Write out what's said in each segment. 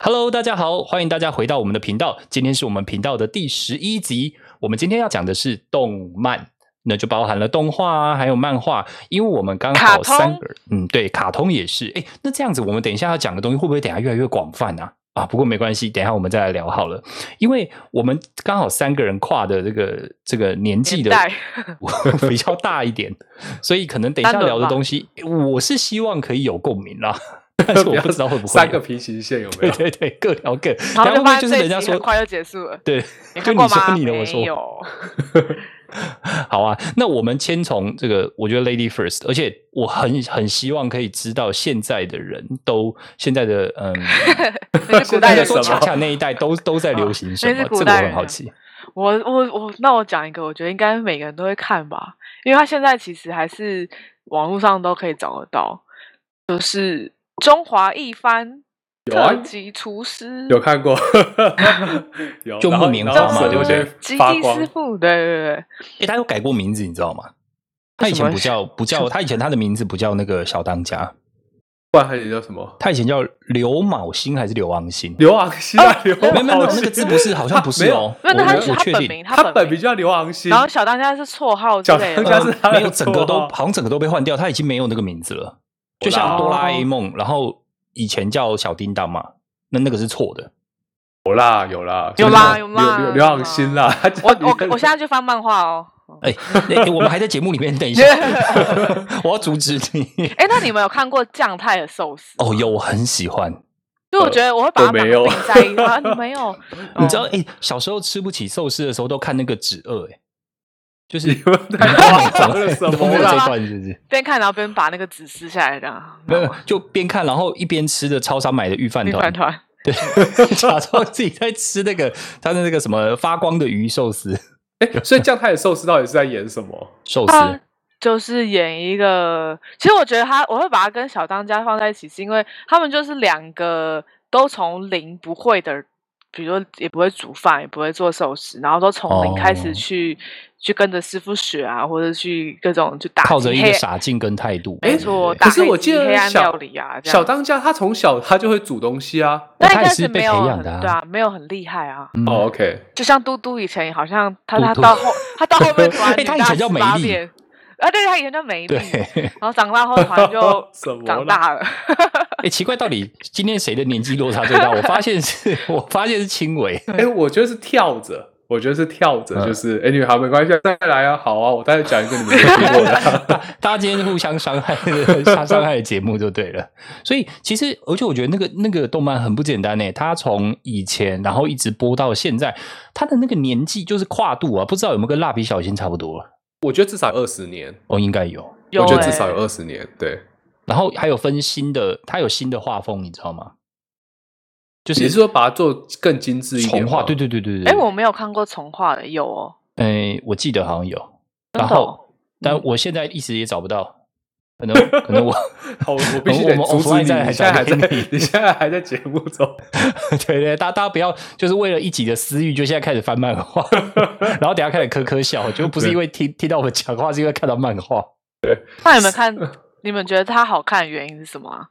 Hello，大家好，欢迎大家回到我们的频道。今天是我们频道的第十一集，我们今天要讲的是动漫，那就包含了动画啊，还有漫画，因为我们刚卡好通三个人，嗯，对，卡通也是。哎，那这样子，我们等一下要讲的东西会不会等一下越来越广泛啊？啊，不过没关系，等一下我们再来聊好了，因为我们刚好三个人跨的这个这个年纪的年代 比较大一点，所以可能等一下单轮聊的吧东西，我是希望可以有共鸣 啦，但 是我不知道会不会三个平行线有对没有？对对，各聊各。 然后等下会就不发会现就是这人一家集说很快就结束了。对， 你就看你过说吗？你的，没我说我。 有，好啊，那我们先从这个，我觉得 Lady First，而且我很很希望可以知道现在的人都现在的 嗯，那是古现应代在该人说的什恰么恰那一代都都在流行什那么是？古这个我代很人好啊奇。 我我我，那我讲一个，我觉得应该每个人都会看吧，因为他现在其实还是网络上都可以找得到，就是《中华一番有啊特级厨师》 有看 过，有就然后木棉花然后嘛手对不就对会吉发地光师。傅，对对对，诶，他有改过名字，你知道吗？他以前为什不么叫不叫，他以前他的名字不叫那个小当家，不然还有叫什么？他以前叫刘卯星还是刘昂星？刘昂星啊，刘哦没有没有，没有昂那星个字不是，好像不是没有哦。没有，那我他我是我他确本定名，他本本名名叫刘昂星，然后小当家是绰号之小类当的家吧，呃是他的没有整个都绰号好像整个都被换掉，他已经没有那个名字了，就像哦哆啦 A 梦，然后以前叫小叮当嘛，那那个是错的。有啦有啦有啦有刘啦刘刘昂星啦。他叫我你我我现在去翻漫画 哦。哎、那我们还在节目里面，等一下， 我要阻止你。 哎，那你们有看过酱太的寿司？哦，有，我很喜欢。，就我觉得我会把它我没绑有定在一块啊，你没有 嗯你知道，哎、小时候吃不起寿司的时候，都看那个止饿，哎，就是 你们太夸张了什都没么有这啦？段，是不是？边看然后边把那个纸撕下来这样。没有，就边看，然后一边吃的超商买的预饭你团团，团，对， 假装自己在吃那个他的那个什么发光的鱼寿司，哎，所以酱太的寿司到底是在演什么？寿司。他就是演一个，其实我觉得他我会把他跟小当家放在一起，是因为他们就是两个都从零不会的。比如说，也不会煮饭，也不会做寿司，然后都从零开哦始去、去跟着师傅学啊，或者去各种去打靠击着一黑个傻劲跟态度，没错对打可是黑我鸡记得黑暗小料理啊这样小当家他从小他就会煮东西啊。那哦应他也该是是被没有培养很的啊对啊，没有很厉害啊。嗯哦，OK，就像嘟嘟以前好像他嘟他嘟到后他到后面突然哎他以女大前叫美18丽变啊，对，他以前叫美丽，对，然 哎、后长大后突然就 什么长啦 大了，奇怪，到底今天谁的年纪落差最大？我发现是，我发现是青伟， 哎、我觉得是跳着，我觉得是跳着，嗯就是哎，你们好，没关系，再来啊，好啊，我待会讲一个你们没听过的。大家今天互相伤害的伤伤害的节目就对了。所以其实，而且我觉得那个那个动漫很不简单呢，它从以前然后一直播到现在，它的那个年纪就是跨度啊，不知道有没有跟蜡笔小新差不多？ 我觉得至少二十年，哦，应该有。有我觉得欸至少有二十年。对，然后还有分新的，它有新的画风，你知道吗？就你是说把它做更精致一点重吗？画，对对对对对。哎，我没有看过重画的，有哦，哎，我记得好像有，真然的后哦。嗯但我现在一时也找不到，可能可 能我 好，哦我必须得我们阻止 offline 你，你再来现在还讲在给你，你现在还在节目 中。对对，大家大家不要就是为了一己的私欲，就现在开始翻漫画， 然后等下开始咳咳笑，就不是因为听听到我们讲话，是因为看到漫画。那你们看，你们觉得它好看的原因是什么啊？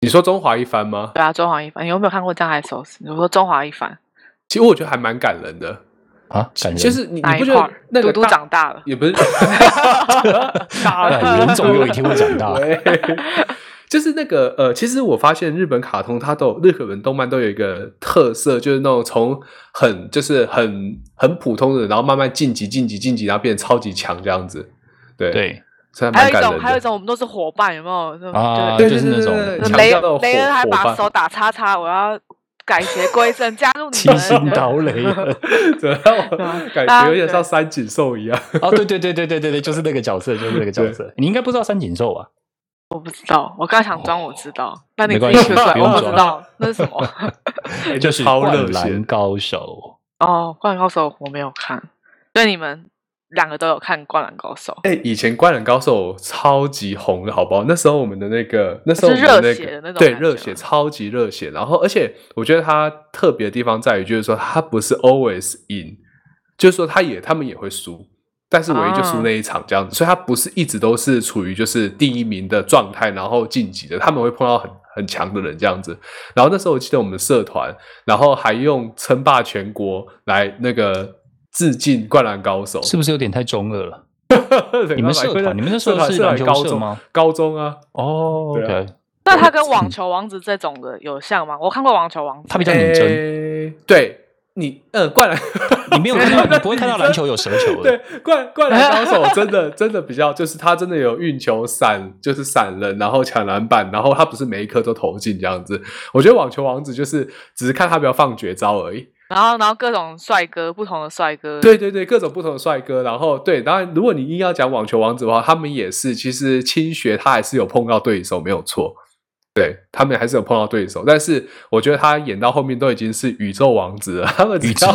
你说中华一番吗？对啊，《中华一番》你有没有看过《障碍手撕》？你说《中华一番其实我觉得还蛮感人的，啊，感人，就是你》哪你一不块觉得儿？那个嘟嘟大长大了，也不是大哎人总有一天会长 大。喂，就是那个呃，其实我发现日本卡通它都有日本动漫都有一个特色，就是那种从很就是很很普通的，然后慢慢晋级晋级晋级，然后变得超级强这样子。对，对，所以还还有蛮一感种，人还有一的。种，我们都是伙伴，有没有？那种啊对对就对是那对种对，强呃雷调的雷恩还伙把伴手打叉叉，我要改邪归正，加入你七们。星刀 雷恩怎么让我感啊觉有点像三井寿一样？哦，对对对对对对对，就是那个角色，就是那个角色。你应该不知道三井寿吧？我不知道，哦我刚想装我知道，那你没自关己系说出来，不我用不装知道那是什么。就是哎超热灌血篮，高手。哦，《灌篮高手》我没有看，所以你们两个都有看《灌篮高手》，哎、以前《灌篮高手》超级红的，好不好？那时候我们的那个，那时候我们是热那血的那个，种对，感觉热血超级热血。然后，而且我觉得它特别的地方在于，就是说它不是 always 赢，就是说他也他们也会输，但是唯一就输那一场这样子，所以他不是一直都是处于就是第一名的状态，然后晋级的，他们会碰到很很强的人这样子。然后那时候我记得我们社团，然后还用称霸全国来那个致敬《灌篮高手》是不是有点太中二了？对你们然后社团来你们那时候社团是社团篮球高社中吗？高中啊，哦对啊，OK，那他跟网球王子这种的有像吗？我看过网球王子，他比哎较拟真，诶对你，嗯，灌篮，你没有看到，你不会看到篮球有蛇球 对的。，灌灌篮 高手真的真的比较，就是他真的有运球、闪，就是闪人，然后抢篮板，然后他不是每一颗都投进这样子。我觉得网球王子就是只是看他不要放绝招而已。然后然后各种帅哥，不同的帅哥，对对对，各种不同的帅哥，然后对，当然如果你硬要讲网球王子的话，他们也是，其实青学他还是有碰到对手，没有错。对他们还是有碰到对手，但是我觉得他演到后面都已经是宇宙王子了，他们只宇 宙要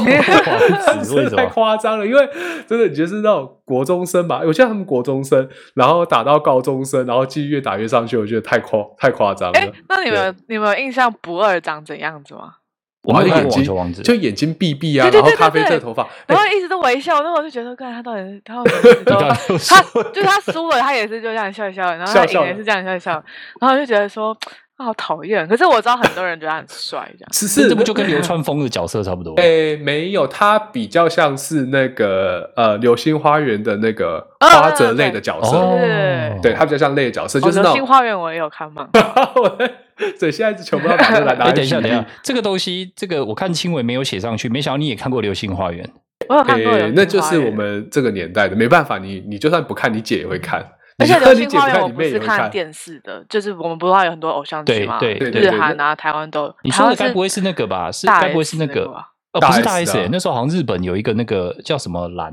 王 子为什太么？夸张了，因为真的你就是那种国中生吧，我记得他们国中生，然后打到高中生，然后继续越打越上去，我觉得太夸太夸张了哎，，那你们有你们有印象不二长怎样子吗？我还然是后看眼过睛网球王子，就眼睛闭闭啊，对对然后对对咖啡对色头发，然哎后一直都微笑，那我就觉得，看他到底是他到底是你都到 底有什他么就是他输了，他也是就这样笑一笑，然后他笑笑赢了的也是这样笑一笑，然后我就觉得说啊好讨厌。可是我知道很多人觉得他很帅，这样是是这这不就跟流川枫的角色差不多？诶，哎没有，它比较像是那个呃，《流星花园》的那个啊花泽类的角色，哦对，对，它比较像类的角色，哦就是那流星种。花园我也有看嘛，我在 对，现在是全部要把这个来拿 哎，来等一下，举等一例下。，这个东西，这个我看新闻没有写上去，没想到你也看过《流星花园》。我有看过流诶星，哎那就花是园我。们这个年代的，没办法，你你就算不看，你姐也会看，而你且《流就算你星姐花园》看，我你不妹是也会看看。电视的，就是我们不是还有很多偶像剧对嘛，对对对日对韩啊、台湾都有。你台说的湾该是不会是那个吧？是大该不会是那 S 那个个吧？呃，大不是大 S S，啊欸那时候好像日本有一个那个叫什么蓝，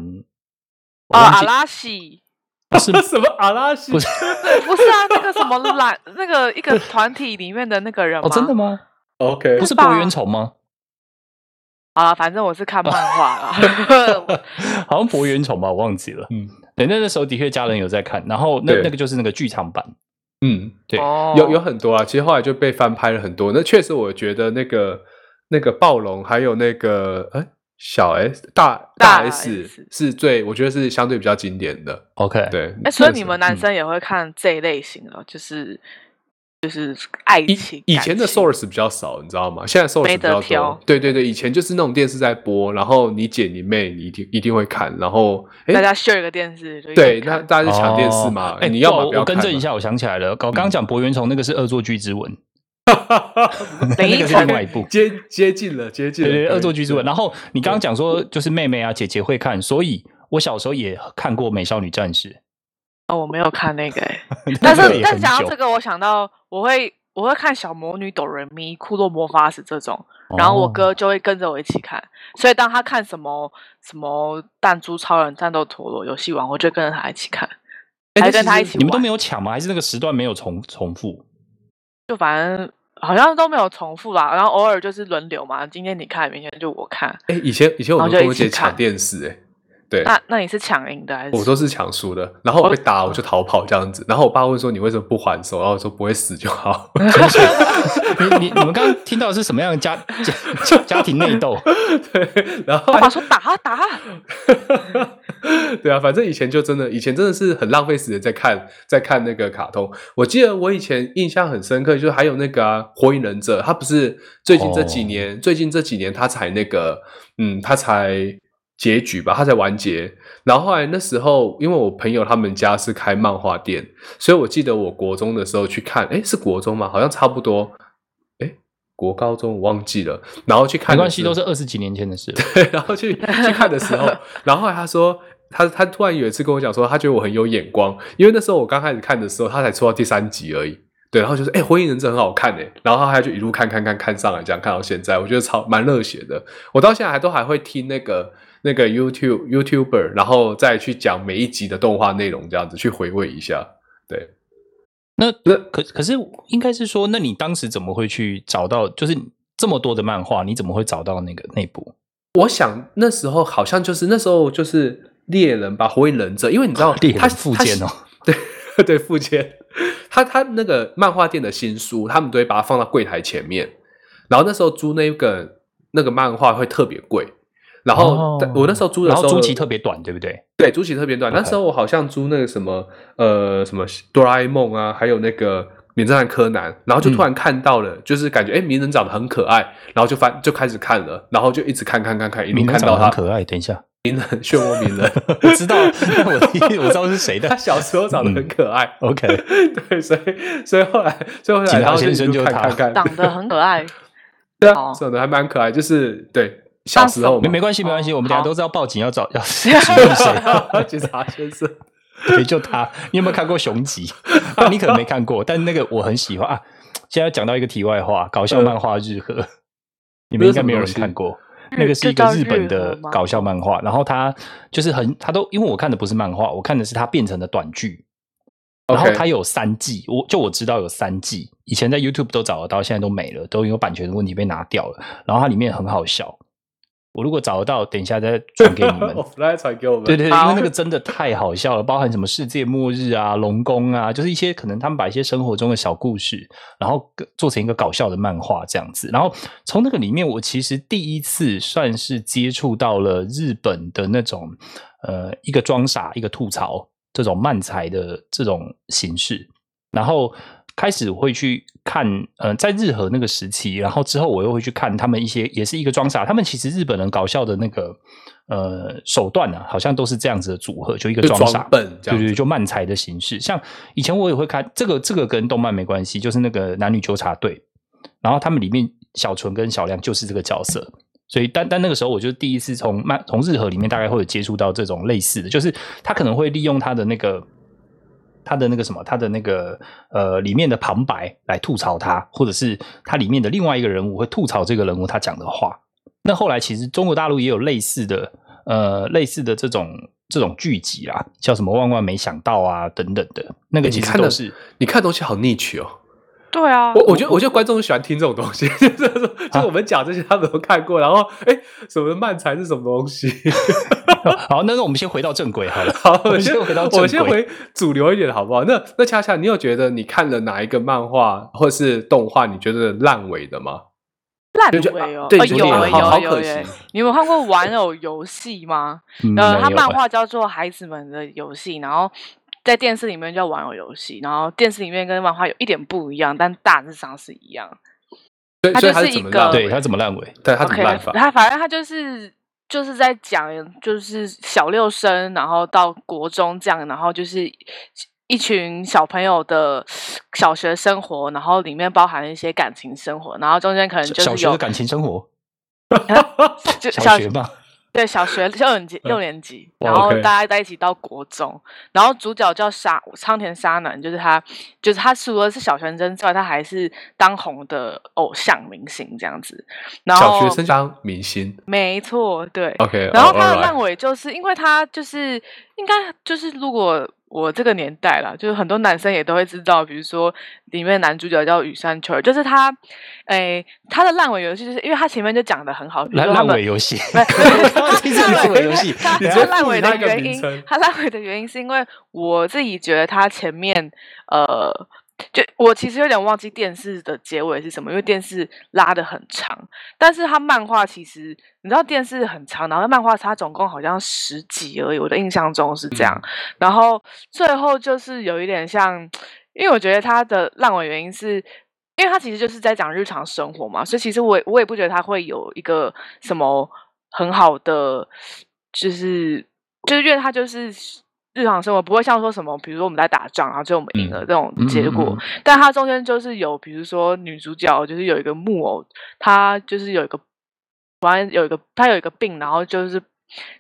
我哦，忘阿记拉西不是 什么阿拉西不是不是啊，那个什么懒，那个一个团体里面的那个人吗？哦，真的吗？ ？OK，不是吧博元崇 吗？啊，反正我是看漫 画啦。好像博元崇吧，我忘记了。嗯对，那那时候的确家人有在看，然后那对那个就是那个剧场版，嗯，对哦有有很多啊，其实后来就被翻拍了很多。那确实，我觉得那个那个暴龙，还有那个哎小 S 大大 S S 是最，我觉得是相对比较经典的。 ，OK，对，哎，所以那你时们嗯男生也会看这一类型的，就是就是爱情。以感前的情 source 比较少，你知道吗？现在 source 没比得较挑多。对对对，以前就是那种电视在播，然后你姐你妹你一定一定会看，然后大哎，家 share 一个电视就一起对，看那大家就抢电视嘛哦，哎，你要么我不要我更看正一嘛，嗯下，我想起来了，我刚刚讲博元崇那个是《恶作剧之吻》，林那依个是 晨另外一部。接接近了，接近对了，对，恶作剧之吻。然后后你刚刚讲说，就是妹妹啊、姐姐会看，所以我小时候也看过《美少女战士哦，我没有看那 个哎，》， 但那个是也但很讲到久这个，我想到我会我会看小魔女哆瑞咪、库洛魔法使这种，然后我哦哥就会跟着我一起看，所以当他看什么什么弹珠超人、战斗陀螺、游戏王，我就跟着他一起看，还跟他一起你们都玩没有抢吗？还是那个时段没有重重复？ 就反正好像都没有重复啦，然后偶尔就是轮流嘛，今天你看，明天就我看。哎，以前以前我然后们就跟我一起姐抢看电视，哎，对，那那你是抢赢的还是？我都是抢输的，然后我被打，我就逃跑这样子。然后我爸问说：“你为什么不还手？”然后我说：“不会死就好。你你你们刚刚听到的是什么样的家家家 家庭内 斗？”对，然后爸爸说打啊打 啊， 对啊，反正以前就真的，以前真的是很浪费时间在看，在看那个卡通。我记得我以前印象很深刻，就是还有那个、啊《火影忍者》，他不是最近这几哦年，最近这几年他才那个，嗯，他才结局吧，他才完结。然后后来那时候，因为我朋友他们家是开漫画店，所以我记得我国中的时候去看，诶，是国中吗？好像差不多，诶，国高中我忘记了。然后去看没关的时候，系，都是二十几年前的事了。对，然后去去看的时候，然后后来他说，他他突然有一次跟我讲说，他觉得我很有眼光，因为那时候我刚开始看的时候，他才出到第三集而已。对，然后就是哎，火影忍者》很好看哎、然后他就一路看看看看上来，这样看到现在，我觉得超蛮热血的。我到现在还都还会听那个那个 YouTube YouTuber，然后再去讲每一集的动画内容，这样子去回味一下。对，那那可可是应该是说，那你当时怎么会去找到？就是这么多的漫画，你怎么会找到那个那部？我想那时候好像就是那时候就是猎人吧，火影忍者，因为你知道啊猎人他附件哦，他对对附件，他他那个漫画店的新书，他们都会把它放到柜台前面，然后那时候租那个那个漫画会特别贵。然后、哦我那时候租的然时后候，租期特别短，对不对？对租期特别短。 OK 那时候我好像租那个什么呃什么哆啦 A 梦啊，还有那个名侦探柯南，然嗯后就突然看到了，就是感觉哎，诶鸣人长得很可爱，然后就翻就开始看了，然后就一直看看看看，一路名人看长到得很他可爱。等一下，漩涡鸣人， 我知道， 但我我知道是谁他的。小时候长得嗯很可 爱，OK，对，所以所以后来所以后来警察然后先生一路就是看他看看，长得很可爱。对啊，哦长得还蛮可爱，就是对小时候没嘛，没关系，没关系，我们等一下好都知道报警要找要 是 谁，警察先生，对，就他。你有没有看过《熊吉》啊？你可能没看过，但那个我很喜欢啊。现在讲到一个题外话，搞嗯笑漫画日和，你们应该没有人看过。日那个是一个日本这叫日的和吗搞笑漫画，然后它就是很，它都因为我看的不是漫画，我看的是它变成的短剧，然后 OK 它有三季，我就我知道有三季，以前在 YouTube 都找得到，现在都没了，都因为版权的问题被拿掉了。然后它里面很好笑，我如果找得到，等一下再传给你们。 我来传给我们，对对，对因好为那个真的太好笑了， 包含什么世界末日啊、龙宫啊，就是一些可能他们把一些生活中的小故事，然后个做成一个搞笑的漫画这样子。然后从那个里面，我其实第一次算是接触到了日本的那种呃，一个装傻，一个吐槽这种漫才的这种形式。然后开始会去看，呃，在日和那个时期，然后之后我又会去看他们一些，也是一个装傻，他们其实日本人搞笑的那个呃手段啊，好像都是这样子的组合，就一个就装傻装。笨这对样对，子，对就漫才的形式，像以前我也会看这个，这个跟动漫没关系，就是那个男女纠察队，然后他们里面小纯跟小亮就是这个角色，所以但但那个时候我就第一次从漫从日和里面大概会有接触到这种类似的，就是他可能会利用他的那个他的那个什么，他的那个呃里面的旁白来吐槽他，或者是他里面的另外一个人物会吐槽这个人物他讲的话。那后来其实中国大陆也有类似的呃类似的这种这种剧集啦，叫什么万万没想到啊等等的，那个你其实看的都是你看东西好 niche 哦。对啊，我我觉得我觉得观众喜欢听这种东西， 就是说啊就是我们讲这些他们都看过，然后哎，什么漫才是什么东西？ 哦好，那那我们先回到正轨好 了。好，我我们们先先回到我们正先轨回主流一点好不好？那那恰恰你有觉得你看了哪一个漫画或是动画，你觉得烂尾的吗？烂就觉得尾哦啊，对呃就有觉得啊有好啊好有可啊有啊惜你有没有看过玩偶游戏吗？嗯呃，他没有漫哎画叫做《孩子们的游戏》，然后在电视里面叫玩偶游戏，然后电视里面跟漫画有一点不一样，但大致上是一样。对，它所以就他是是怎一么个烂尾？对他怎么烂尾？对他怎么 OK，烂法？他反正他就是就是在讲，就是小六生，然后到国中这样，然后就是一群小朋友的小学生活，然后里面包含一些感情生活，然后中间可能小就小是学的有感情生活，就小学嘛，对，小学六年级六年级，嗯哇然后 OK 大家在一起到国中，然后主角叫沙苍田沙男，就是他，就是他除了是小学生之外，他还是当红的偶像明星这样子。然小后学生当明星没错，对。 ，OK，然后哦他的 alright 烂尾就是因为他就是应该就是如果我这个年代啦，就是很多男生也都会知道，比如说里面男主角叫羽山秋儿，就是他，诶，他的烂尾游戏就是因为他前面就讲的很好，比如烂说他烂们尾游 戏，不是他这是烂尾游戏。他你直他接烂赋予尾它的一个原名因称，他烂尾的原因是因为我自己觉得他前面呃，就我其实有点忘记电视的结尾是什么，因为电视拉的很长，但是他漫画其实你知道电视很长，然后漫画它总共好像十集而已，我的印象中是这样，然后最后就是有一点像。因为我觉得他的烂尾原因是，因为他其实就是在讲日常生活嘛，所以其实我也我也不觉得他会有一个什么很好的，就是就是因为他就是日常生活不会像说什么，比如说我们在打仗，然后最后我们赢了这种结果，嗯嗯嗯但它中间就是有，比如说女主角就是有一个木偶，她就是有一个，反正有一个她有一个病，然后就是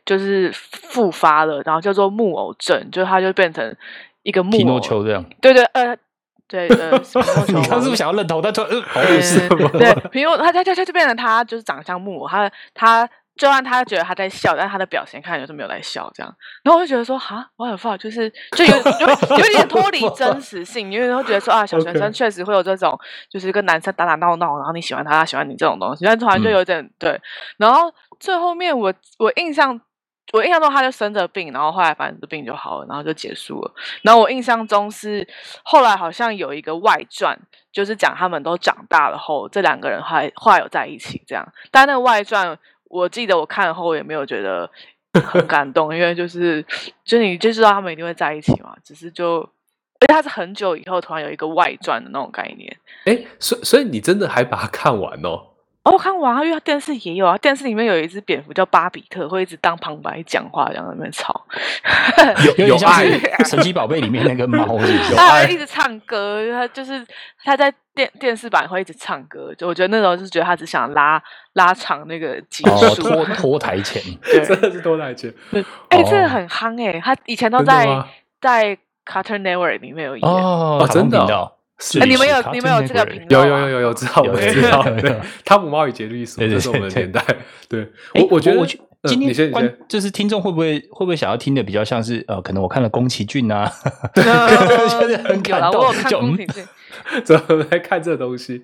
就是复发了，然后叫做木偶症，就是她就变成一个木匹诺偶，丘这样，对对呃对呃，什么木 偶你刚是不吗是想要认同？但突然，呃好对恶心。对，平庸，他他他他就变成他就是长相木偶，他他就算他觉得他在笑，但他的表情看起来就是没有在笑这样。然后我就觉得说，哈，我很 fuck，就是就有有有点脱离真实性，因为会觉得说啊，小学 OK 生确实会有这种，就是跟男生打打闹闹，然后你喜欢他，他喜欢你这种东西，但突然就嗯有点、对。然后最后面我我印象。我印象中他就生着病，然后后来反正这病就好了，然后就结束了。然后我印象中是后来好像有一个外传，就是讲他们都长大了后，这两个人还后来有在一起这样。但那个外传，我记得我看了后也没有觉得很感动，因为就是就你就知道他们一定会在一起嘛，只是就。而且它是很久以后突然有一个外传的那种概念。哎，所所以你真的还把它看完哦？哦，我看完啊，因为它电视也有啊，电视里面有一只蝙蝠叫巴比特，会一直当旁白讲话，然后在那边吵， 有有点有像爱是神奇宝贝里面那个猫是不是有它爱还一直唱歌，它就是它在电电视版会一直唱歌，就我觉得那时候就是觉得他只想拉拉长那个集哦，数，拖拖台前，对真的是多来钱，哎、哦这个很夯哎、他以前都真的在吗在 Cartoon Network 里面有演。呃哦哦真的哦卡通频道是哎你们是有卡你们有通这个 network 频道有啊有有有有知道有我有知道，有有 对有，汤姆猫与杰瑞鼠，对对这是我们的对年代。对哎我，我觉得我去呃今你先天你观先，就是听众会不会会不会想要听的比较像是呃，可能我看了宫崎骏啊，嗯就是很有感啦，动我有看就宫嗯廷剧， 怎么来看这东西？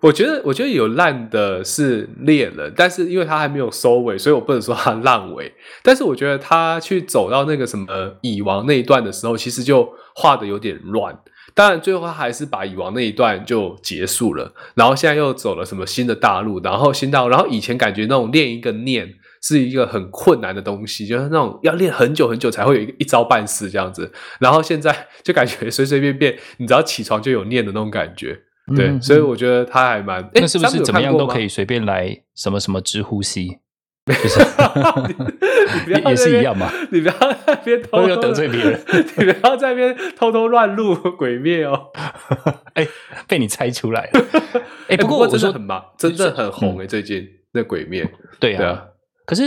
我觉得，我觉得有烂的是猎人，但是因为它还没有收尾，所以我不能说它烂尾。但是我觉得他去走到那个什么蚁王那一段的时候，其实就画的有点乱。当然，最后他还是把蚁王那一段就结束了，然后现在又走了什么新的大陆，然后新大陆，然后以前感觉那种练一个念是一个很困难的东西，就是那种要练很久很久才会有一个一招半式这样子，然后现在 就感觉随随便便，你只要起床就有念的那种感觉。对，嗯所以我觉得他还蛮……诶那是不山姆是有怎么看样过都吗可以随便来什么什么直呼吸，你你不要也也是一样 嘛吧？你不要在那边偷偷我有得罪别人 你不要在那边偷偷乱录鬼灭哦。哎、被你猜出来了。 哎、不不过我真的说嗯很忙，真的很红哎，最近那鬼灭，对对啊啊，，可是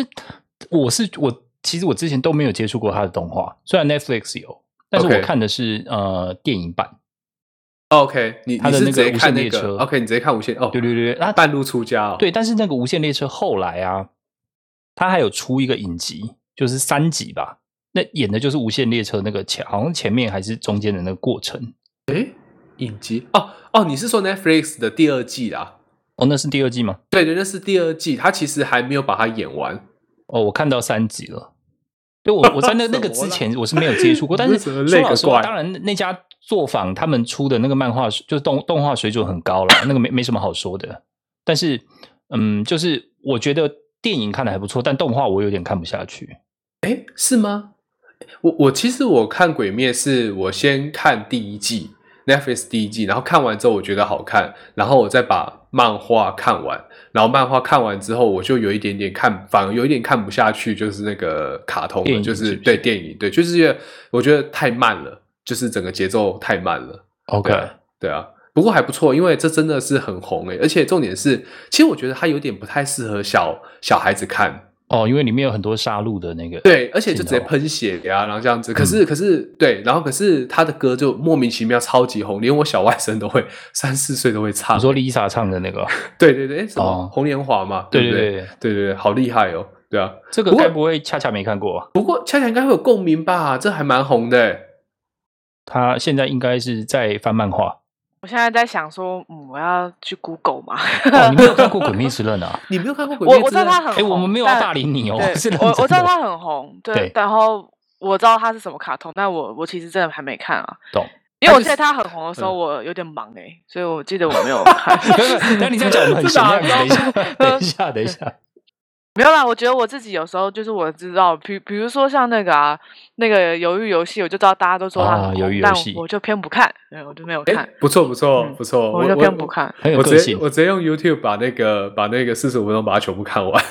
我是我，其实我之前都没有接触过他的动画，虽然 Netflix 有，但是 OK 我看的是呃电影版。哦 OK，你他你的是那直个接看无限那列个车 OK，你直接看无限哦，对对对，对啊，半路出家哦，对，但是那个无限列车后来啊，他还有出一个影集，就是三集吧。那演的就是无限列车那个前，好像前面还是中间的那个过程。影集哦哦，你是说 Netflix 的第二季啊？哦，那是第二季吗？对对，那是第二季，他其实还没有把它演完。哦，我看到三集了。对，我我在 那那个之前我是没有接触过，但你为是什说么累个老实话，怪当然那家作坊他们出的那个漫画就是动动画水准很高了，那个没没什么好说的。但是，嗯，就是我觉得电影看的还不错，但动画我有点看不下去。诶是吗？我我其实我看《鬼灭》是我先看第一季 Netflix 第一季，然后看完之后我觉得好看，然后我再把漫画看完，然后漫画看完之后我就有一点点看，反而有一点看不下去，就是那个卡通电了，影就是是不是对电影，对，就是因为我觉得太慢了，就是整个节奏太慢了。 OK，对啊对啊，不过还不错，因为这真的是很红欸诶、而且重点是，其实我觉得它有点不太适合小小孩子看。哦，因为里面有很多杀戮的那个，对，而且就直接镜头喷血呀、然后这样嗯子。可是，可是，对，然后可是他的歌就莫名其妙超级红，连我小外甥都会，三四岁都会唱你。说 Lisa 唱的那 个，对对对，诶什么、哦红莲华嘛？对不对对对对对对，好厉害哦！对啊，这个不过该不会恰恰没看过吧？不过恰恰应该会有共鸣吧？这还蛮红的欸诶。他现在应该是在翻漫画。 我现在在想说，嗯，我要去 Google 嘛。哦，你没有看过《鬼灭之刃》啊？你没有看过《鬼我灭我之知道刃》？他很 哎，红，我们没有要但霸凌你哦， 是对，认我真我知道的他很红，对对，然后我知道他是什么卡通，但我我其实真的还没看啊，懂。因为我他就记得是他很红的时候，嗯我有点忙哎、所以我记得我没有看。不是， 但你这样讲我们很闲。啊等一下，等一下，等一下。没有啦，我觉得我自己有时候就是我知道，比比如说像那个啊，那个鱿鱼游戏，我就知道大家都说它啊很鱿红鱼游但戏我就偏不看，对，我就没有诶看，不错不错嗯不错，我就偏不看。很有我个直接性我直接用 YouTube 把那个把那个四十五分钟把它全部看完，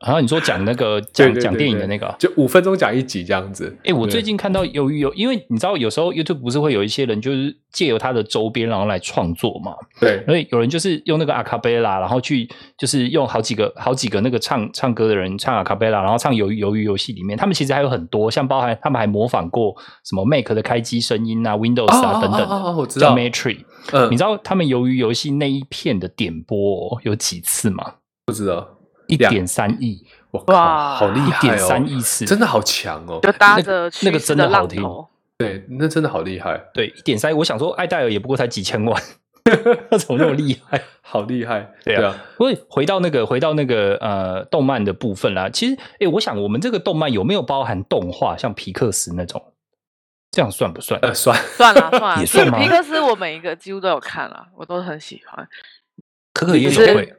然后你说讲那个对讲对对讲电影的对那个，就五分钟讲一集这样子。哎，我对最近看到由于有，因为你知道有时候 YouTube 不是会有一些人就是借由他的周边然后来创作嘛，对所以有人就是用那个阿卡贝拉，然后去就是用好几个好几个那个唱唱歌的人唱阿卡贝拉，然后唱鱿鱼鱿鱼游戏里面，他们其实还有很多，像包含他们还模仿过什么 Mac 的开机声音啊、Windows 啊哦等等哦哦哦的，我知叫道， Matrix。嗯，呃你知道他们鱿鱼游戏那一片的点播、哦、有几次吗？不知道？一两点三亿，我靠，哇好厉一害点哦！三亿次，真的好强哦！就搭那个着那个趋势真的好浪听头，对，那真的好厉害，对，一点三亿。我想说，艾戴尔也不过才几千万， 他怎么那么厉害？好厉害！对啊 对啊，所以回到那个回到那个呃动漫的部分啦，其实诶，我想我们这个动漫有没有包含动画，像皮克斯那种，这样算不算？呃，算算了算也了，算皮吗皮克斯我每一个几乎都有看了，我都很喜欢。可可夜就是总会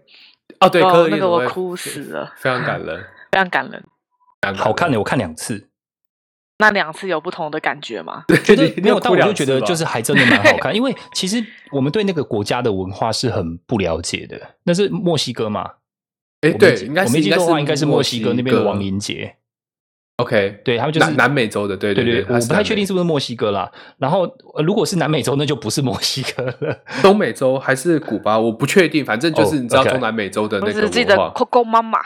哦，对，哦科那研个我委哭死了 非常感人。非常感人。好看的，我看两次。那两次有不同的感觉吗？觉你得你没有，哭但我就两觉次得吧就是还真的蛮好 看，因为其实我们对那个国家的文化是很不了解的。那是墨西哥嘛？哎，我们对，一起应该我是们一记应的话，是应该是墨西哥那边的亡灵节， OK，对他们就是南南美洲的，对对对对，我不太确定是不不是墨西哥啦。然后呃如果是南美洲，那就不是墨西哥了。是东美洲还是古巴，我不确定，反正就是哦你知道 OK 中南美洲的我那个只记得文化 Coco 妈妈，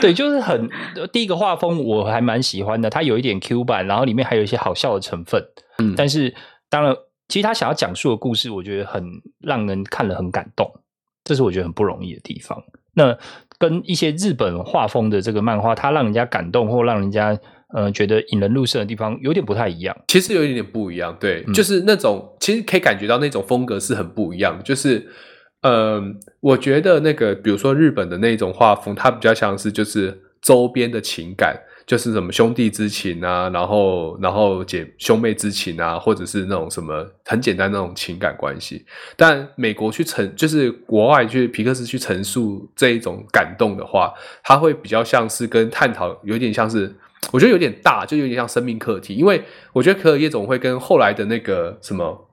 对，就是很呃第一个画风我还蛮喜欢的，它有一点 Q 版，然后里面还有一些好笑的成分。嗯但是当然，其实他想要讲述的故事，我觉得很让人看了很感动，这是我觉得很不容易的地方。那跟一些日本画风的这个漫画，它让人家感动或让人家呃觉得引人入胜的地方有点不太一样。其实有一点不一样，对，嗯就是那种其实可以感觉到那种风格是很不一样的，就是，嗯，我觉得那个比如说日本的那种画风，它比较像是就是周边的情感，就是什么兄弟之情啊，然后然后姐兄妹之情啊，或者是那种什么很简单那种情感关系。但美国去陈就是国外去皮克斯去陈述这一种感动的话，它会比较像是跟探讨，有点像是我觉得有点大，就有点像生命课题。因为我觉得《可可夜总会》跟后来的那个什么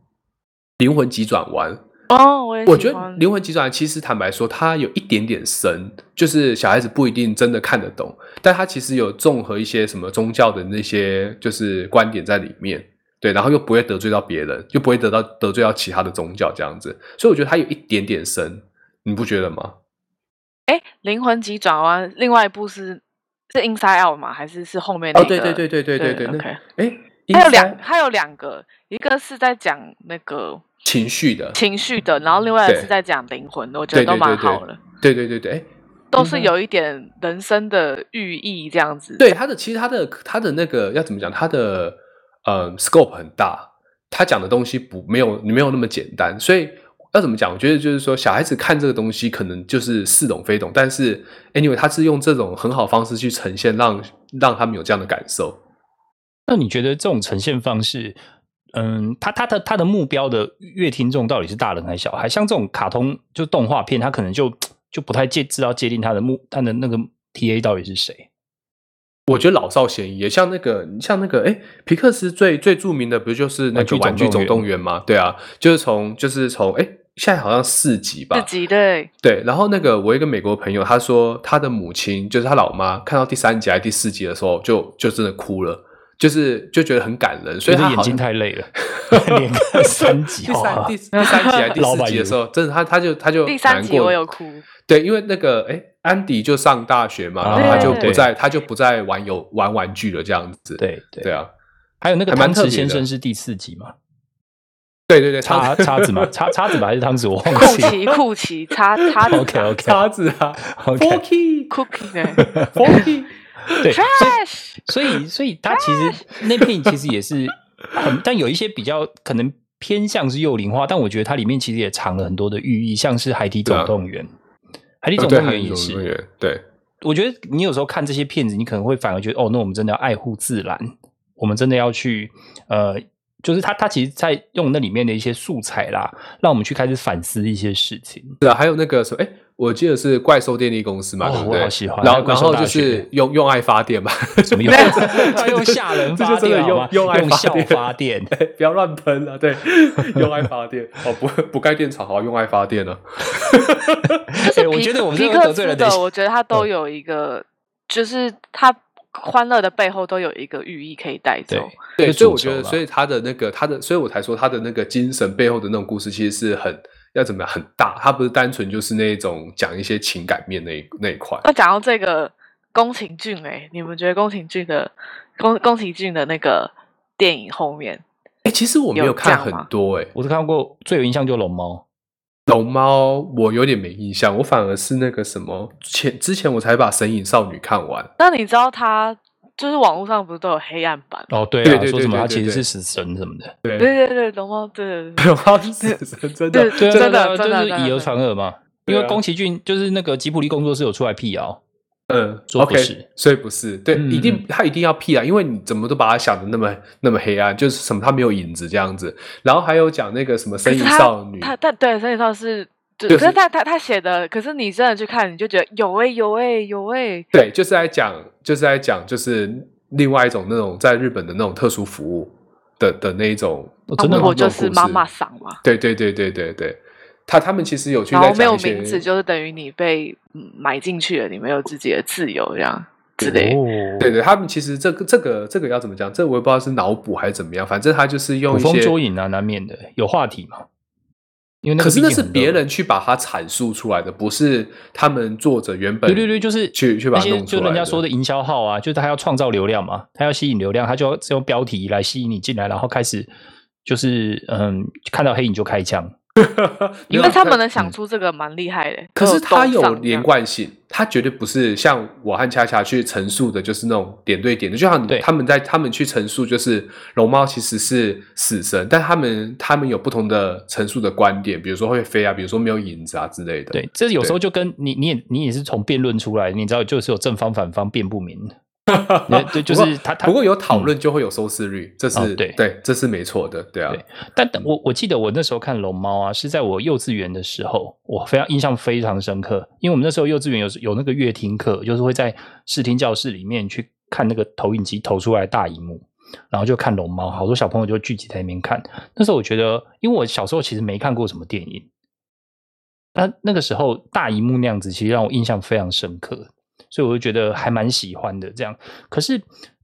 灵魂急转弯，哦，我也我喜觉得欢灵魂急转弯其实坦白说，它有一点点深，就是小孩子不一定真的看得懂，但它其实有综合一些什么宗教的那些就是观点在里面。对，然后又不会得罪到别人，又不会得到得罪到其他的宗教这样子，所以我觉得它有一点点深，你不觉得吗？哎，《灵魂急转弯》另外一部是是 Inside Out 吗？还是是后面那哦，个？对对对对对对对，那，OK。哎，它有应该两，它有两个，一个是在讲那个情绪的，情绪的，然后另外一个对是在讲灵魂的，我觉得对都对蛮对对好的，对对对对，哎，都是嗯有一点人生的寓意这样子。对他的其实他的他的那个要怎么讲，他的呃 scope 很大，他讲的东西不没有没有那么简单，所以要怎么讲？我觉得就是说，小孩子看这个东西可能就是似懂非懂，但是 anyway，他是用这种很好方式去呈现让，让他们有这样的感受。那你觉得这种呈现方式，嗯，他他的他的目标的乐听众到底是大人还是小孩？像这种卡通就动画片，他可能就就不太界知道界定他的目他的那个 TA 到底是谁。我觉得老少咸宜耶，像那个像那个，哎，皮克斯最最著名的不就是那个《玩玩具具总动员总动员》吗？对啊，就是从就是从哎，现在好像四集吧，自己对，对，然后那个我一个美国朋友，他说他的母亲就是他老妈，看到第三集还是第四集的时候，就就真的哭了，就是就觉得很感人，所以觉他得眼好睛太累 了，连看三集第三哇 第第三集还是第老四板集的时候， 真的他他就他就第三难集过我有哭，对，因为那个哎，安迪就上大学嘛，啊然后他就对不再他就不再玩游玩玩具了，这样子，对对对啊，还有那个还蛮汤特匙别的先生是第四集嘛？对对对，叉叉叉子嘛？叉叉子吧还是汤匙？我忘酷记。奇酷 奇，叉叉 OK OK 叉子啊 OK， Cookie 呢，Forky，Forky，对，所以？Trash，所以，所以他其实那片其实也是很， 但有一些比较可能偏向是幼龄化，但我觉得它里面其实也藏了很多的寓意，像是《海底总动员》海底总啊哦对，动还员》有也总动是。员，对，我觉得你有时候看这些片子，你可能会反而觉得，哦，那我们真的要爱护自然，我们真的要去，呃，就是他他其实，在用那里面的一些素材啦，让我们去开始反思一些事 情。是啊，还有那个什么，哎，我记得是怪兽电力公司嘛，哦对不我对？好喜欢然还有后，怪然兽后大就学是用用爱发 电吧，怎么 用？要 用吓人这发就真的电好用吗？用爱用发笑电发电。对 不要乱喷 啊！对，用爱发电哦，不不盖电厂，好用爱发电啊。就是哎我皮觉得我们皮这个克得罪嗯斯了等一的，下我 觉得它都有一个，就是它欢乐的背后都有一个寓意可以带走对。，就对，所以我主轴觉得，啦所以他的那个他的，所以我才说他的那个精神背后的那种故事，其实是很要怎么样很大，他不是单纯就是那种讲一些情感面那一那一块。那讲到这个宫崎骏、欸，哎，你们觉得宫崎骏的宫宫崎骏的那个电影后面，哎，其实我没有有这看样很吗多哎、诶我只看过最有印象就龙猫，龙猫我有点没印象，我反而是那个什么前之前我才把《神隐少女》看完。 那你知道他就是网络上不是都有黑暗版？哦，对啊，对对对说什么对它对其实对是死神什么的，对，对对对，龙猫对对对龙猫是死神真的对对啊真的啊真的就真的是以讹传讹嘛。因对啊为宫崎骏就是那个吉卜力工作室有出来辟谣，嗯说不，OK，是所以不是，对，嗯一嗯定他一定要 P 啊，因为你怎么都把他想的那么那么黑暗，就是什么他没有影子这样子，然后还有讲那个什么可身是影他少女，他但对，所以他是。就就可是是他他他写的，可是你欸真的去看，你就觉得有哎、有哎、有哎、对，就是在讲就是在讲就是另外一种那种在日本的那种特殊服务的的那一种哦，真的吗我就是妈妈桑嘛，对对对对对对，他他们其实有去然在后没讲有一些名字，就是等于你被嗯买进去了，你没有自己的自由这样之类的。对哦对，他们其实这个这个这个要怎么讲？这我也不知道是脑补还是怎么样，反正他就是用捕一风捉些，影啊，难免的有话题嘛。因为那个可是毕那竟是很别热人去把它阐述出来的，不是他们作者原本对对对，就是去去把那它些弄出就来人家说的营销号啊，就是他要创造流量嘛，他要吸引流量，他就要用标题来吸引你进来，然后开始就是嗯，看到黑影就开枪。没因有为他们能嗯想出这个蛮厉害的，可是它他有连贯性，它绝对不是像我和恰恰去陈述的，就是那种点对点的。就像你对他们在他们去陈述，就是龙猫其实是死神，但他们他们有不同的陈述的观点，比如说会飞啊，比如说没有影子啊之类的。对，这有时候对就跟你你也你也是从辩论出来，你知道就是有正方反方辩不 明。对对，就不过是他他不过有讨论就会有收视率，这是、哦对这是没错的，对啊，对但但我我记得我那时候看《龙猫》啊，是在我幼稚园的时候，我非常印象非常深刻，因为我们那时候幼稚园有有那个乐听课，就是会在视听教室里面去看那个投影机投出来的大荧幕，然后就看《龙猫》，好多小朋友就聚集在那边看。那时候我觉得，因为我小时候其实没看过什么电影，那那个时候大荧幕那样子，其实让我印象非常深刻，所以我就觉得还蛮喜欢的这样。可是，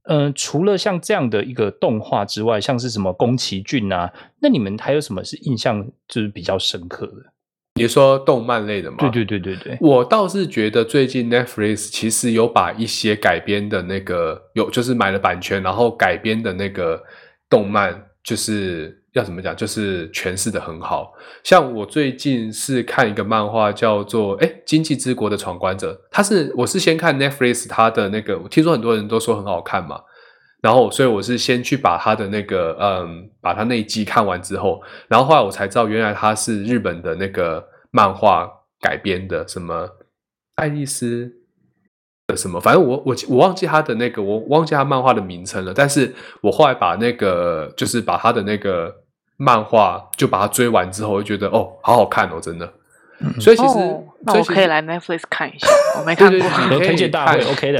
嗯、除了像这样的一个动画之外，像是什么宫崎骏啊，那你们还有什么是印象就是比较深刻的？你说动漫类的嘛，对对对对对，我倒是觉得最近 Netflix 其实有把一些改编的那个有就是买了版权，然后改编的那个动漫，就是要怎么讲，就是诠释的很好。像我最近是看一个漫画叫做《哎经济之国的闯关者》，它是我是先看 Netflix 它的那个，我听说很多人都说很好看嘛。然后，所以我是先去把它的那个，嗯，把它那一季看完之后，然后后来我才知道，原来它是日本的那个漫画改编的，什么爱丽丝的什么，反正我我我忘记它的那个，我忘记它漫画的名称了。但是我后来把那个，就是把它的那个漫画就把它追完之后，我就觉得哦，好好看哦，真的。嗯所以其实，哦，那所我以其可以实来 Netflix 看一下，我没看对过对。对有推荐大会看 OK 的。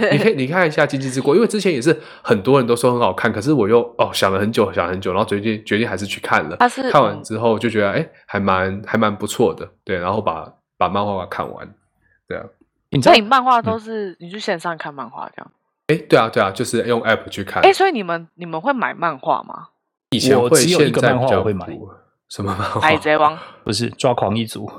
对，你可以你看一下《经济之国》，因为之前也是很多人都说很好看，可是我又哦想了很久，想了很久，然后决定决定还是去看了。它是看完嗯之后就觉得哎，还蛮还蛮不错的，对，然后把把漫画看完。啊你知道那你漫画嗯都是你去线上看漫画这样？哎，对啊对啊，就是用 app 去看。哎，所以你们你们会买漫画 吗？以前我会，只有一个现在漫画比较我会买不什么漫画？海贼王不是抓狂一 族，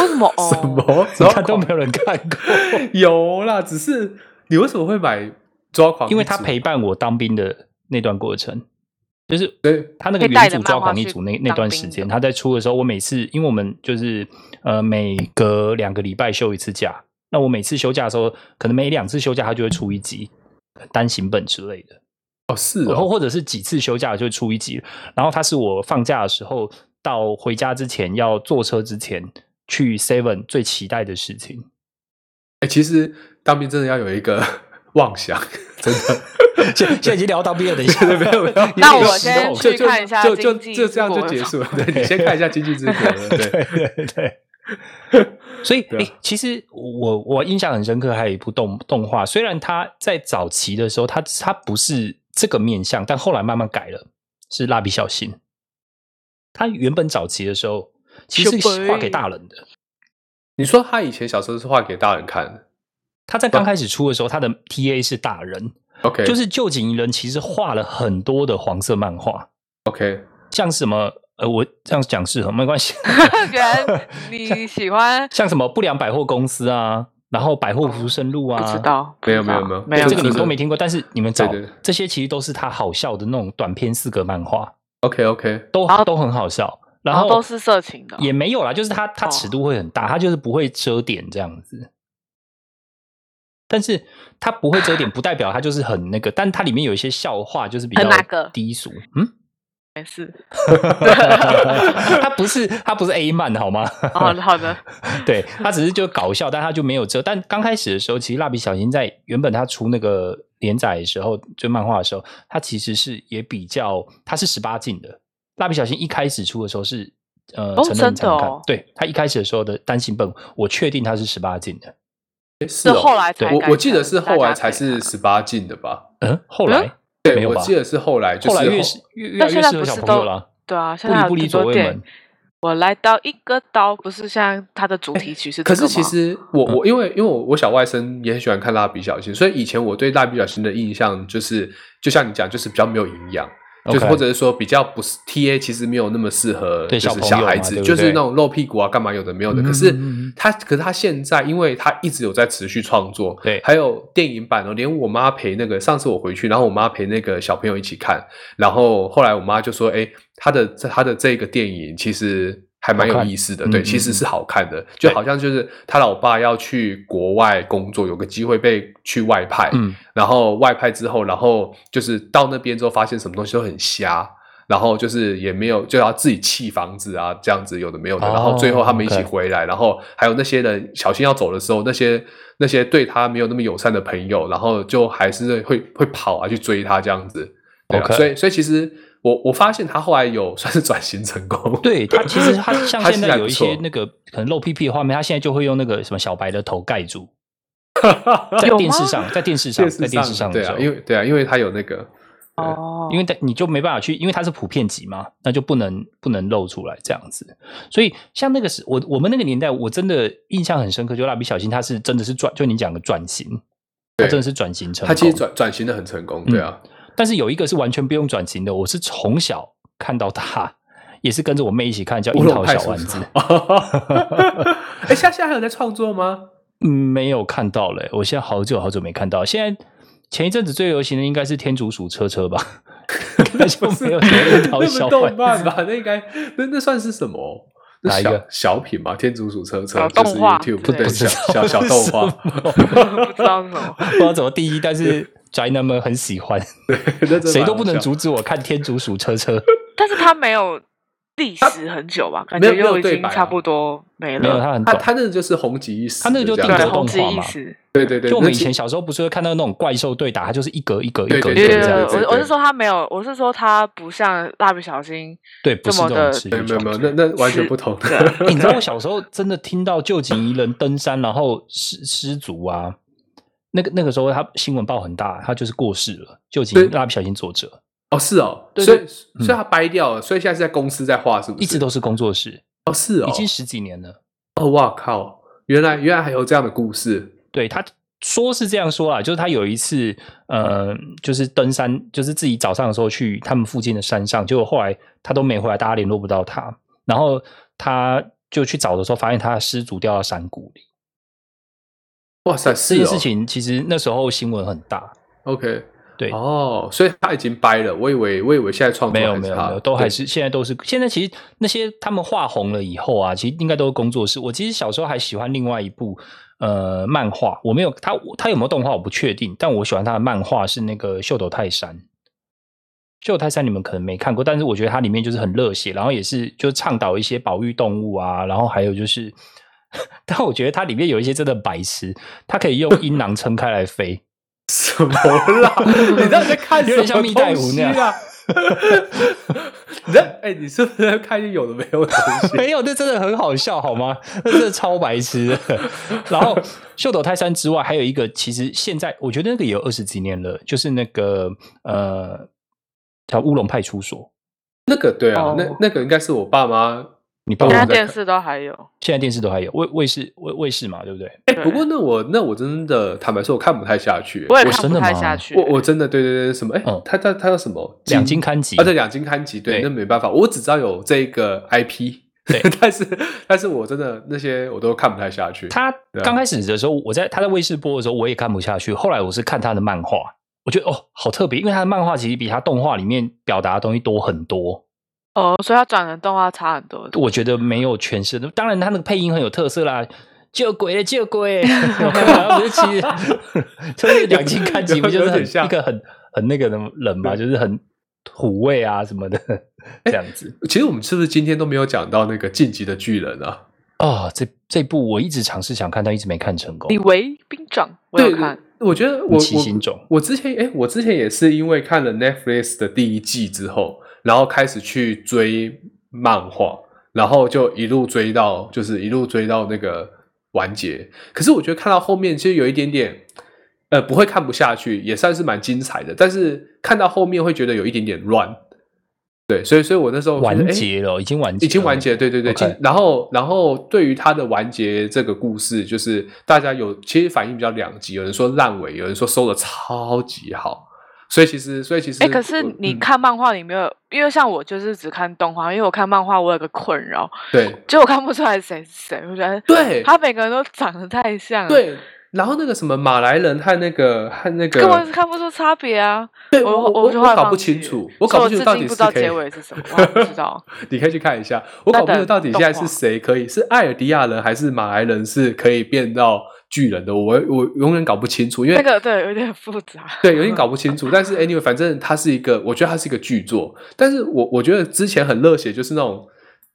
为什么？什哦，么？ 你看都没有人看过，有啦，只是你为什么会买抓狂一族？因为他陪伴我当兵的那段过程，就是对他那个被带原着主漫抓画狂一去组那那当段兵时的间，他在出的时候，我每次因为我们就是呃每隔两个礼拜休一次假，那我每次休假的时候，可能每两次休假他就会出一集单行本之类的，哦是然后哦，或者是几次休假就会出一集，然后他是我放假的时候到回家之前要坐车之前去 Seven 最期待的事 情。哎，其实当兵真的要有一个 妄 想，真的。现现在已经聊到毕业，等一下没有没有哦有点那激我先动去就就看一下就就经济就这样之就国结束了。对你先看一下《经济之国》了，对， 对对对。所以，对诶、啊其实我我印象很深刻，还有一部动动画，虽然它在早期的时候，它它不是这个面向，但后来慢慢改了，是蜡笔小新。它原本早期的时候，其实小是白画给大人的。你说他以前小时候是画给大人看的他在刚开始出的时候，他的 TA 是大人， ，OK，就是旧井一人其实画了很多的黄色漫画， OK，像什么呃，我这样讲是很没关系， 原来你喜 欢？像什么不良百货公司啊，然后百货福生路啊，哦不知道，不没有知没有道没有没有这个你就们是都没听过，但是你们找对对这些其实都是他好笑的那种短篇四格漫画， OK OK，都然后都很好笑，然然后后都是色情的哦也没有啦，就是他他哦尺度会很大，他就是不会遮点这样子。但是他不会遮 点，不代表他就是很那个，但它里面有一些笑话，就是比较很那个低俗。嗯，没事。 他不是他不是 A 漫好吗？ 好的哦好的，对他只是就搞笑，但他就没有遮。但刚开始的时候，其实蜡笔小新在原本他出那个连载的时候，就漫画的时候，他其实是也比较，他是十八禁的。蜡笔小新一开始出的时候是呃，哦成人真的常看，哦对他一开始的时候的单行本，我确定他是十八禁的。诶是哦后来才我改我记得成是大后来家才可以是看十八禁的吧？嗯，后来没对，有我吧？记得是后来，就后来是越后越越来但越现在适合不小是朋友都了，对啊，不现在离有不离很左多卫电影门。。我来到一个岛，不是像它的主题曲是这可个是吗？其实我嗯我因为因为我我小外甥也很喜欢看蜡笔小新，所以以前我对蜡笔小新的印象就是，就像你讲，就是比较没有营养。就是 OK 或者是说比较不是 T A，其实没有那么适合对就小是朋小友孩嘛子，对不就是对那种露屁股啊，干嘛有的没有嗯的。可是嗯嗯嗯他，可是他现在，因为他一直有在持续创作，对还有电影版哦，连我妈陪那个上次我回去，然后我妈陪那个小朋友一起看，然后后来我妈就说，哎，他的他的这个电影其实。还蛮好有看意思的，嗯对，嗯其实嗯是好看的，就对好像就是他老爸要去国外工作，有个机会被去外派，嗯，然后外派之后，然后就是到那边之后发现什么东西都很瞎，然后就是也没有就要自己砌房子啊，这样子有的没有的。哦然后最后他们一起 OK 回来，然后还有那些人小新要走的时候，那些那些对他没有那么友善的朋友，然后就还是会会跑啊去追他这样子。对啊 OK 所以所以其实我我发现他后来有 算是转型成功。对他其实 他像他现现在在有不一错些那个可能露屁屁的画面，他现在就会用那个什么小白的头盖 住，在有电视吗上，在电视上，电在视电视上的对时啊，候，因为对啊，因为他有那个哦，因为但你就没办法去，因为它是普遍级嘛，那就不能不能露出来这样子。所以像那个时我我们那个年代，我真的印象很深刻，就蜡笔小新，它是真的是转，就你讲的转型，它对真的是转型成功。他其实转转型的很成嗯功，对啊，但是有一个是完全不用转型的，我是从小看到大，也是跟着我妹一起看，叫《乌呃樱龙桃派小出丸所子》。。 哎，现在现在还有在创 作吗？嗯，没有看到嘞，我现在好久好久没看到。现在前一阵子最流行的应该是天竺鼠车车吧， 根本就没有什么樱桃那小是 丸动子。漫吧？那应该那那算是什么？那哪一小个小品吧，《天竺鼠车车小》就是动画 YouTube 之类的对不小知小道小 动画，不知道是什么。不知道怎么第一，但是宅男们很喜欢， 那 真的谁蛮都好不能笑。阻止我看天竺鼠车 车。但是它没有历史很久吧，感没有觉没有又已对经白啊差不多没没有，了。他很他懂。他那个就是红极一时，他那个就这定样格对，子动红极画一嘛时。对对对，就我们那以其前小时候不是会看到那种怪兽对打，它就是一格一格一对格一格对对这对样对子。我对我是说它没有，我是说它不像蜡笔小 新，对，不是这么这种的持没续有没有没有，创作那那完全不同。对欸你知道我小时候真的听到旧景宜人登山然后失失足啊，那个那个时候他新闻报很大，他就是过世了，旧景对蜡笔小新作者 哦，是哦，对所以对嗯所以他掰掉了，所以现在是在公司在画，是不是？一直都是工作室，哦，是哦已，经十几年了。哦，哇靠，原来原来还有这样的故事，对他说是这样说啦，就是他有一次，呃，就是登山，就是自己早上的时候去他们附近的山上，结果后来他都没回来，大家联络不到他，然后他就去找的时候，发现他的失足掉到山谷里。哇塞，这是件哦事情其实那时候新闻很大， ，OK，对，哦，所以他已经掰了，我以为我以为现在创作没有还是没有他没有，都还对 是现在都是现在其实那些他们画红了以后啊，其实应该都是工作室。我其实小时候还喜欢另外一部呃漫画，我没有他他有没有动画我不确定，但我喜欢他的漫画是那个秀斗泰山。秀斗泰山你们可能没看过，但是我觉得它里面就是很热血，然后也是就倡导一些保育动物啊，然后还有就是， 但我觉得它里面有一些真的白痴，它可以用 阴囊撑开来飞。什么啦？ 你到底在看什有么点像蜜袋鼯那样东西啊？ 你在哎、你是不是在看一些有的没有的 东 西？没有，那真的很好笑，好吗？那真的超白痴 的。然后秀斗泰山之外，还有一个，其实现在我觉得那个也有二十几年了，就是那个呃，叫乌龙派出所。那个对啊，哦那那个应该是我爸妈。你爸现爸在在电看视都还有。现在电视都还有卫卫视卫卫视嘛，对不对？哎、对不过那我那我真的坦白说，我看不太下去。我也我看真不的太吗下去。我我真的对对对，什么？哎、嗯他他他叫什么？两金刊集啊，对，两金刊集，对，对那没办法，我只知道有这个 IP，对 但是但是我真的那些我都看不太下去。他对啊刚开始的时候，我在他在卫视播的时候，我也看不下去。后来我是看他的漫画，我觉得哦，好特别，因为他的漫画其实比他动画里面表达的东西多很多。哦，所以它转成动画差很多。我觉得没有全身，当然他那个配音很有特色啦。救鬼了，啊救鬼！ 然后不是其实就是两集看集，不就是有很点像一个很很那个的人嘛，就是很土味啊什么的哎这样子。其实我们是不是今天都没有讲到那个晋级的巨人啊？哦，这这部我一直尝试想看，但一直没看成功李。维兵长，我对，有看。我觉得哎我奇心种我我之前哎，我之前也是因为看了 Netflix 的第一季之后，然后开始去追漫画，然后就一路追到就是一路追到那个完结。可是我觉得看到后面其实有一点点呃，不会看不下去，也算是蛮精彩的。但是看到后面会觉得有一点点乱，对，所以所以我那时候觉得完诶结了，已经完结了，已经完结了，对对对。 OK 进然后，然后对于它的完结这个故事，就是大家有其实反应比较两极，有人说烂尾，有人说收的超级好。所以其实，所以其实，哎、可是你嗯、看漫画，你没有，因为像我就是只看动画，因为我看漫画，我有个困扰，对就我看不出来谁是谁，我觉得对他每个人都长得太像了，，对，然后那个什么马来人和那个和那个根本是看不出差别啊。对我我我我就后来搞不忘记清了楚，所以搞不我至清楚到今底不是知道可以结尾是什么，我还不知道。你可以去看 一下。我搞不清楚到底现在是谁可以是艾尔迪亚人还是马来人是可以变到巨人的，我我永远搞不清楚，因为那个对有点复杂， 对，有点搞不清楚。但是 anyway，反正它是一个，我觉得它是一个巨作。但是我我觉得之前很热血，就是那种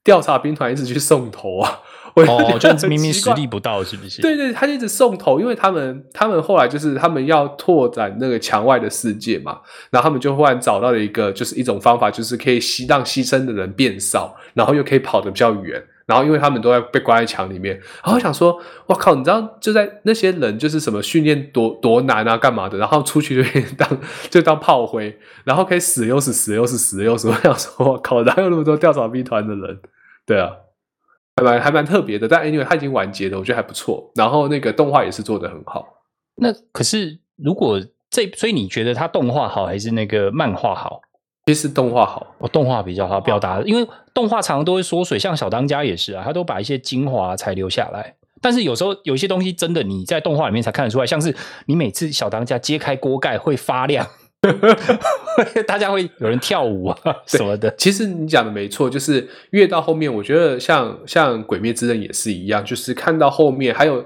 调查兵团一直去送头啊，我觉得哦，就是很明明奇实怪力不到，是不是？对对，他一直送头，因为他们他们后来就是他们要拓展那个墙外的世界嘛，然后他们就忽然找到了一个就是一种方法，就是可以吸让牺牲的人变少，然后又可以跑得比较远。然后因为他们都在被关在墙里面，然后我想说，我靠，你知道就在那些人就是什么训练多多难啊，干嘛的，然后出去就可以当就当炮灰，然后可以死又死，死又死，死又死。我想说，我靠，哪有那么多调查兵团的人？对啊，还蛮还蛮特别的。但 anyway，它已经完结了，我觉得还不错。然后那个动画也是做的很好。那可是如果这，所以你觉得它动画好还是那个漫画好？其实动画好，哦，动画比较好表达，因为动画常常都会缩水，像小当家也是啊，他都把一些精华才留下来。但是有时候有一些东西真的你在动画里面才看得出来，像是你每次小当家揭开锅盖会发 亮，大家会有人跳舞啊什么的。其实你讲的没错，就是越到后面，我觉得像像《鬼灭之刃》也是一样，就是看到后面还有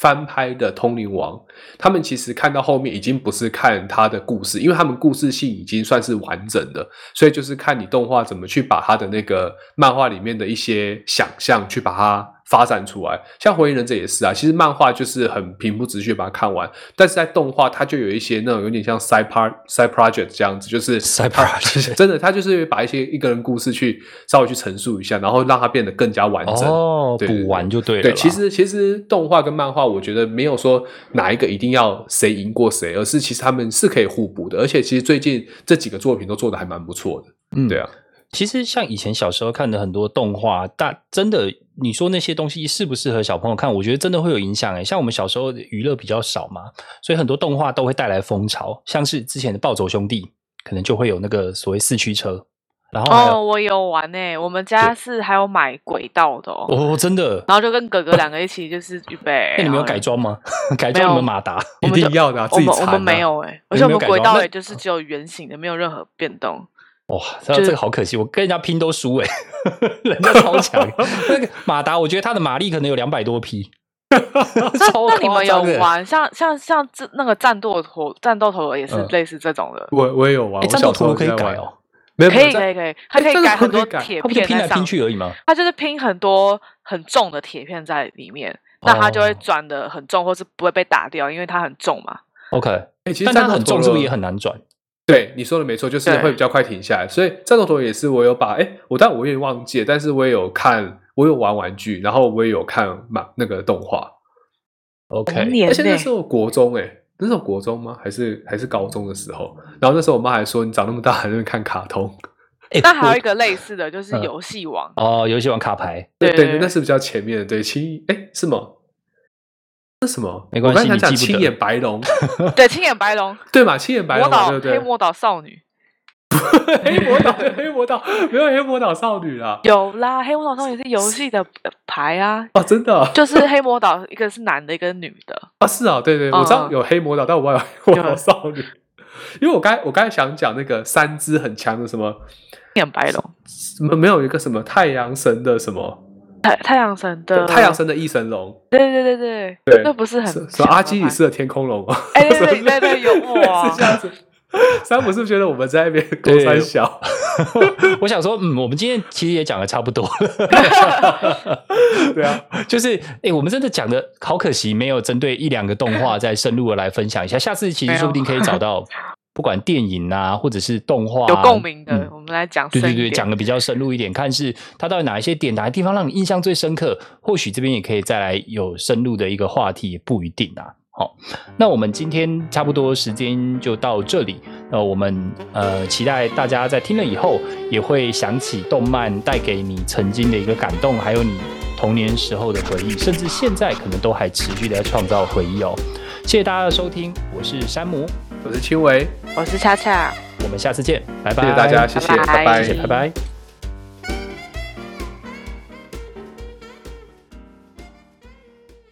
翻拍的《通灵王》，他们其实看到后面已经不是看他的故事，因为他们故事性已经算是完整的，所以就是看你动画怎么去把他的那个漫画里面的一些想象去把它发展出来。像《火影忍者》也是啊，其实漫画就是很平铺直叙把它看完，但是在动画它就有一些那种有点像 side part side project 这样子，就是 Side 它 project 真的它就是会把一些一个人故事去稍微去陈述一下，然后让它变得更加完整。哦，对对对补完就对了啦。对，其实其实动画跟漫画，我觉得没有说哪一个一定要谁赢过谁，而是其实他们是可以互补的。而且其实最近这几个作品都做的还蛮不错的。嗯对啊，其实像以前小时候看的很多动画，大真的你说那些东西适不适合小朋友看，我觉得真的会有影响诶、像我们小时候娱乐比较少嘛，所以很多动画都会带来风潮，像是之前的《暴走兄弟》，可能就会有那个所谓四驱车，然后还有哦，我有玩诶、我们家是还有买轨道的哦，哦真的，然后就跟哥哥两个一起就是预备。那你们有然后改装吗？ 改装你们马达？ 一定要的、啊，我自己们缠、我啊、们没有哎、而你且我没有们改轨装道那嗯也就是只有圆形的，没有任何 变动。哇，这就是这个好可惜，我跟人家拼都输诶、 人家超 强。那个马达，我觉得它的马力可能有两百多匹。那超那你们夸有张的玩像像像这那个战斗陀战斗陀螺也是嗯类似这种的，我我也有玩，啊诶我战斗小时陀螺候可以就在改玩哦，没有可没有以在可以可哎以，它可诶以战斗改陀很螺多可以改铁它不就片拼在来上拼，去而已吗？它就是拼很多很重的铁片在里面，那它就会哦转的很重，或是不会被打掉，因为它很重嘛。 OK，诶哎其实但战它斗很陀重，螺是不是也很难转？对，你说的没错，就是对会比较快停下来。所以战斗陀螺也是我有把，哎，我但我有点忘记了，但是我也有看，我有玩玩具，然后我也有看漫那个动画。童 OK，年而且那呢时候国中哎、那时候国中吗？还是还是高中的时候？然后那时候我妈还说：“你长那么大还在那边看卡通哎那还有一我个类似的就是嗯游戏王，哦，游戏王卡牌，？”对对对，那是比较前面的。对，青哎、是吗？那什么？没关系我刚才想讲你记不得青眼白龙，对，青眼白龙、 对嘛？青眼白魔龙嘛，导对不黑对？魔导少女黑魔导，黑魔导，没有黑魔导少女啦。有啦，黑魔导少女是游戏的呃牌啊，哦，真的啊就是黑魔导一个是男的，一个是女的。啊，是啊，对对，我知道嗯有黑魔导，但我忘了黑魔导有少女。因为我刚才我刚才想讲那个三只很强的什么念白龙，什么没有一个什么太阳神的什么太太阳神的太阳，神的异神龙，对对对对对那不是嗯很是是强吗阿基里斯，的天空龙吗？哎对对对对对 有哇是这样子。 山姆是不是觉得我们在那边勾对三小？ 我想说，嗯，我们今天其实也讲的差不多了， 对啊，就是哎、诶我们真的讲的好可惜，没有针对一两个动画再深入的来分享一下，下次其实说不定可以找到不管电影啊，或者是动画啊、有共鸣的嗯，我们来讲对深对一对，点，讲的比较深入一点，看是它到底哪一些点、哪些地方让你印象最深刻，或许这边也可以再来有深入的一个话题，也不一定啊。好，那我们今天差不多时间就到这里。那我们呃，期待大家在听了以后，也会想起动漫带给你曾经的一个感动，还有你童年时候的回忆，甚至现在可能都还持续的在创造回忆哦。谢谢大家的收听，我是山姆，我是青维，我是恰恰，我们下次见，拜谢拜，谢大家，谢谢，拜拜谢谢，拜拜。